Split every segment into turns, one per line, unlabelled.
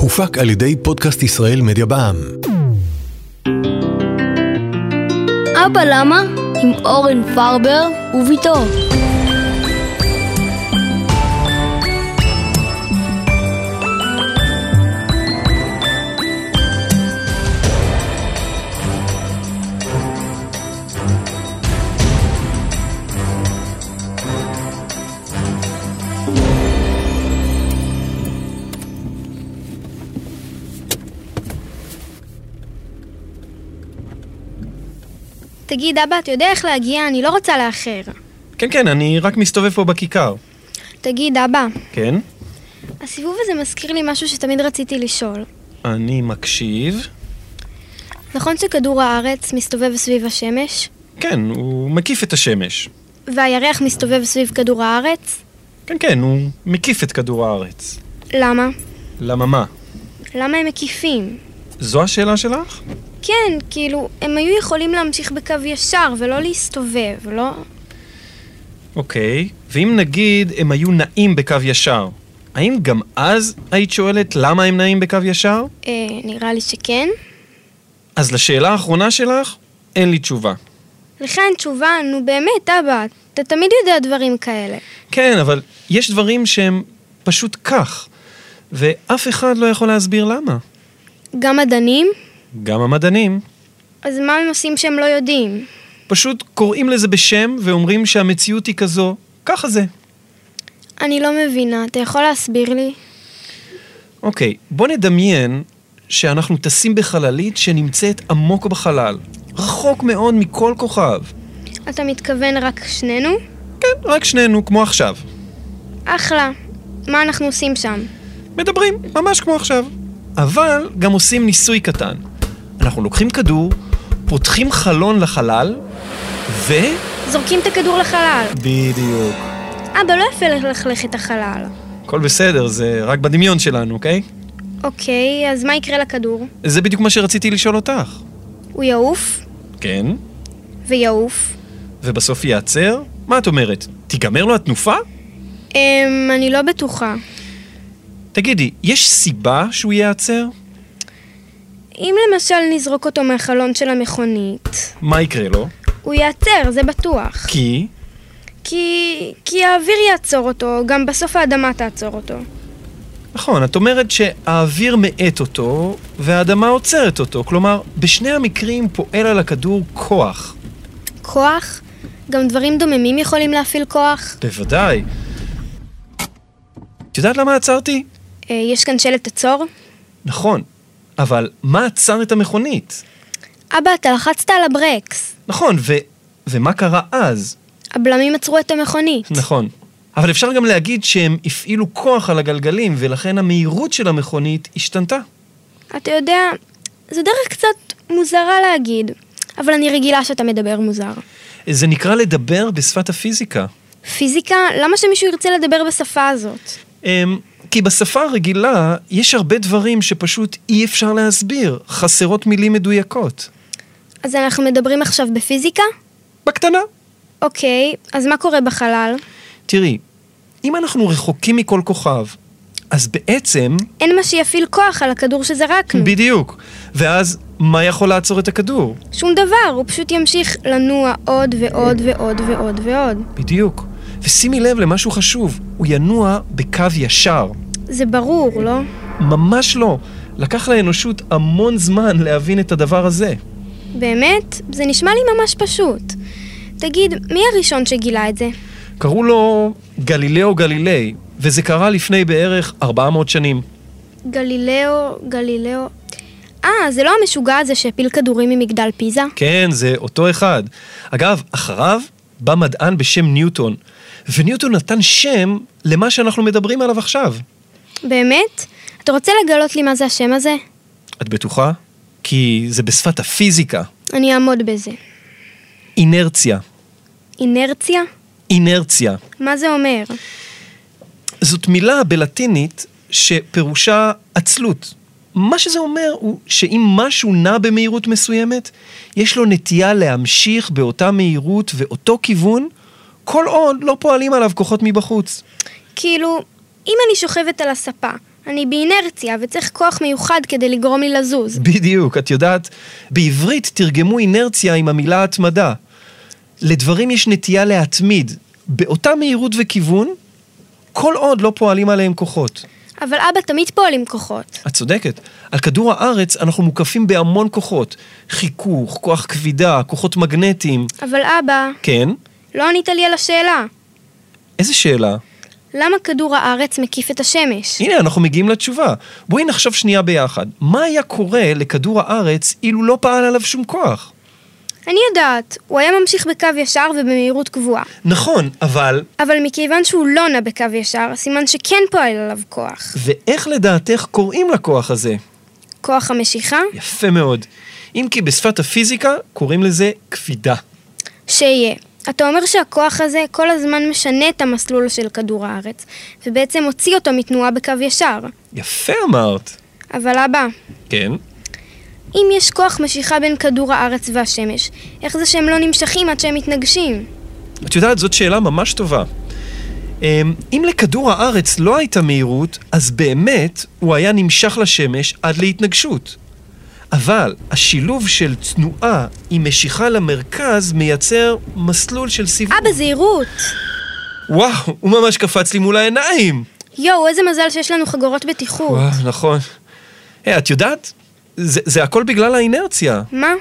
הופק על ידי פודקאסט ישראל מדיה בע"מ.
אבא למה? עם אורן פרבר וביתו. תגיד, אבא, אתה יודע איך להגיע? אני לא רוצה לאחר.
כן, כן, אני רק מסתובב פה בכיכר.
תגיד, אבא,
כן?
הסיבוב הזה מזכיר לי משהו שתמיד רציתי לשאול.
אני מקשיב.
נכון שכדור הארץ מסתובב סביב השמש,
כן, הוא מקיף את השמש.
והירח מסתובב סביב כדור הארץ?
כן, כן, הוא מקיף את כדור הארץ.
למה?
למה מה?
למה הם מקיפים?
זו השאלה שלך?
כן, כאילו, הם היו יכולים להמשיך בקו ישר ולא להסתובב, לא?
אוקיי. ואם נגיד הם היו נעים בקו ישר, האם גם אז היית שואלת למה הם נעים בקו ישר?
אה, נראה לי שכן.
אז לשאלה האחרונה שלך, אין לי תשובה.
לך אין תשובה, נו באמת, אבא, אתה תמיד יודע דברים כאלה.
כן, אבל יש דברים שהם פשוט כך, ואף אחד לא יכול להסביר למה.
גם מדענים?
גם המדענים.
אז מה הם עושים שהם לא יודעים?
פשוט קוראים לזה בשם ואומרים שהמציאות היא כזו, ככה זה.
אני לא מבינה, אתה יכול להסביר לי?
אוקיי, בוא נדמיין שאנחנו טסים בחללית שנמצאת עמוק בחלל, רחוק מאוד מכל כוכב.
אתה מתכוון רק שנינו?
כן, רק שנינו, כמו עכשיו.
אחלה. מה אנחנו עושים שם?
מדברים, ממש כמו עכשיו. אבל גם עושים ניסוי קטן. אנחנו לוקחים כדור, פותחים חלון לחלל, ו...
זורקים את הכדור לחלל.
בדיוק.
אבא, לא יפה ללכלך את החלל.
הכל בסדר, זה רק בדמיון שלנו, אוקיי?
אוקיי, אז מה יקרה לכדור?
זה בדיוק מה שרציתי לשאול אותך.
הוא יעוף,
כן,
ויעוף.
ובסוף ייעצר? מה את אומרת? תיגמר לו התנופה?
אמ... אני לא בטוחה.
תגידי, יש סיבה שהוא ייעצר?
אם למשל נזרוק אותו מהחלון של המכונית,
מה יקרה לו?
הוא ייעצר, זה בטוח.
כי...
כי... כי האוויר יעצור אותו, גם בסוף האדמה תעצור אותו.
נכון, את אומרת שהאוויר מאט אותו והאדמה עוצרת אותו. כלומר, בשני המקרים פועל על הכדור כוח.
כוח? גם דברים דוממים יכולים להפעיל כוח?
בוודאי. את יודעת למה עצרתי?
אה, יש כאן שלט תצור?
נכון, אבל מה עצר את המכונית?
אבא, אתה לחצת על הברקס.
נכון, ו... ומה קרה אז?
הבלמים עצרו את המכונית.
נכון. אבל אפשר גם להגיד שהם הפעילו כוח על הגלגלים, ולכן המהירות של המכונית השתנתה.
אתה יודע, זו דרך קצת מוזרה להגיד, אבל אני רגילה שאתה מדבר מוזר.
זה נקרא לדבר בשפת הפיזיקה.
פיזיקה, למה שמישהו ירצה לדבר בשפה הזאת?
אמ, כי בשפה הרגילה יש הרבה דברים שפשוט אי אפשר להסביר, חסרות מילים מדויקות.
אז אנחנו מדברים עכשיו בפיזיקה?
בקטנה.
אוקיי, אז מה קורה בחלל?
תראי, אם אנחנו רחוקים מכל כוכב, אז בעצם...
אין מה שיפעיל כוח על הכדור שזרקנו.
בדיוק. ואז מה יכול לעצור את הכדור?
שום דבר, הוא פשוט ימשיך לנוע עוד ועוד ועוד ועוד ועוד.
בדיוק. ושימי לב למשהו חשוב, הוא ינוע בקו ישר.
זה ברור, לא?
ממש לא. לקח לאנושות המון זמן להבין את הדבר הזה.
באמת? זה נשמע לי ממש פשוט. תגיד, מי הראשון שגילה את זה?
קראו לו גלילאו גליליי, וזה קרה לפני בערך 400 שנים.
גלילאו, גלילאו... אה, זה לא המשוגע הזה שהפיל כדורים ממגדל פיזה?
כן, זה אותו אחד. אגב, אחריו בא מדען בשם ניוטון, וניוטון נתן שם למה שאנחנו מדברים עליו עכשיו.
באמת? אתה רוצה לגלות לי מה זה השם הזה?
את בטוחה? כי זה בשפת הפיזיקה,
אני אעמוד בזה.
אינרציה.
אינרציה?
אינרציה.
מה זה אומר?
זאת מילה בלטינית שפירושה עצלות. מה שזה אומר הוא שאם משהו נע במהירות מסוימת, יש לו נטייה להמשיך באותה מהירות ואותו כיוון, כל עוד לא פועלים עליו כוחות מבחוץ.
כאילו, אם אני שוכבת על הספה, אני באינרציה וצריך כוח מיוחד כדי לגרום לי לזוז.
בדיוק, את יודעת, בעברית תרגמו אינרציה עם המילה התמדה. לדברים יש נטייה להתמיד, באותה מהירות וכיוון, כל עוד לא פועלים עליהם כוחות.
אבל אבא תמיד פועל עם כוחות.
את צודקת. על כדור הארץ אנחנו מוקפים בהמון כוחות. חיכוך, כוח כבידה, כוחות מגנטיים.
אבל אבא,
כן?
לא ענית לי על השאלה.
איזה שאלה?
למה כדור הארץ מקיף את השמש?
הנה, אנחנו מגיעים לתשובה. בואי נחשוב שנייה ביחד. מה היה קורה לכדור הארץ אילו לא פעל עליו שום כוח?
אני יודעת, הוא היה ממשיך בקו ישר ובמהירות קבועה.
נכון, אבל...
אבל מכיוון שהוא לא נע בקו ישר, סימן שכן פועל עליו כוח.
ואיך לדעתך קוראים לכוח הזה?
כוח המשיכה?
יפה מאוד. אם כי בשפת הפיזיקה קוראים לזה כבידה.
שיהיה. אתה אומר שהכוח הזה כל הזמן משנה את המסלול של כדור הארץ, ובעצם הוציא אותו מתנועה בקו ישר.
יפה אמרת.
אבל אבא,
כן.
אם יש כוח משיכה בין כדור הארץ והשמש, איך זה שהם לא נמשכים עד שהם מתנגשים?
את יודעת, זאת שאלה ממש טובה. אמ, אם לכדור הארץ לא הייתה מהירות, אז באמת הוא היה נמשך לשמש עד להתנגשות. אבל השילוב של תנועה עם משיכה למרכז מייצר מסלול של סיבוב.
אבא, זהירות!
וואו, הוא ממש קפץ לי מול העיניים!
יואו, איזה מזל שיש לנו חגורות בטיחות.
וואו, נכון. היי, את יודעת? זה, זה הכל בגלל האינרציה.
מה?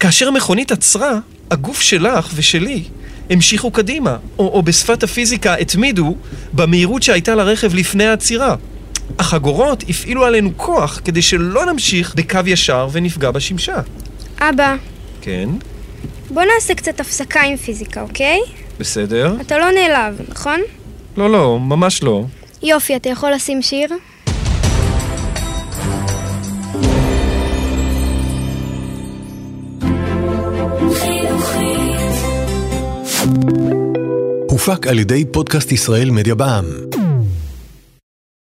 כאשר המכונית עצרה, הגוף שלך ושלי המשיכו קדימה, או, או בשפת הפיזיקה התמידו במהירות שהייתה לרכב לפני העצירה. החגורות הפעילו עלינו כוח כדי שלא נמשיך בקו ישר ונפגע בשמשה.
אבא,
כן,
בוא נעשה קצת הפסקה עם פיזיקה, אוקיי?
בסדר.
אתה לא נעלב, נכון?
לא, לא, ממש לא.
יופי, אתה יכול לשים שיר?
הופק על ידי פודקאסט ישראל מדיה בע"מ.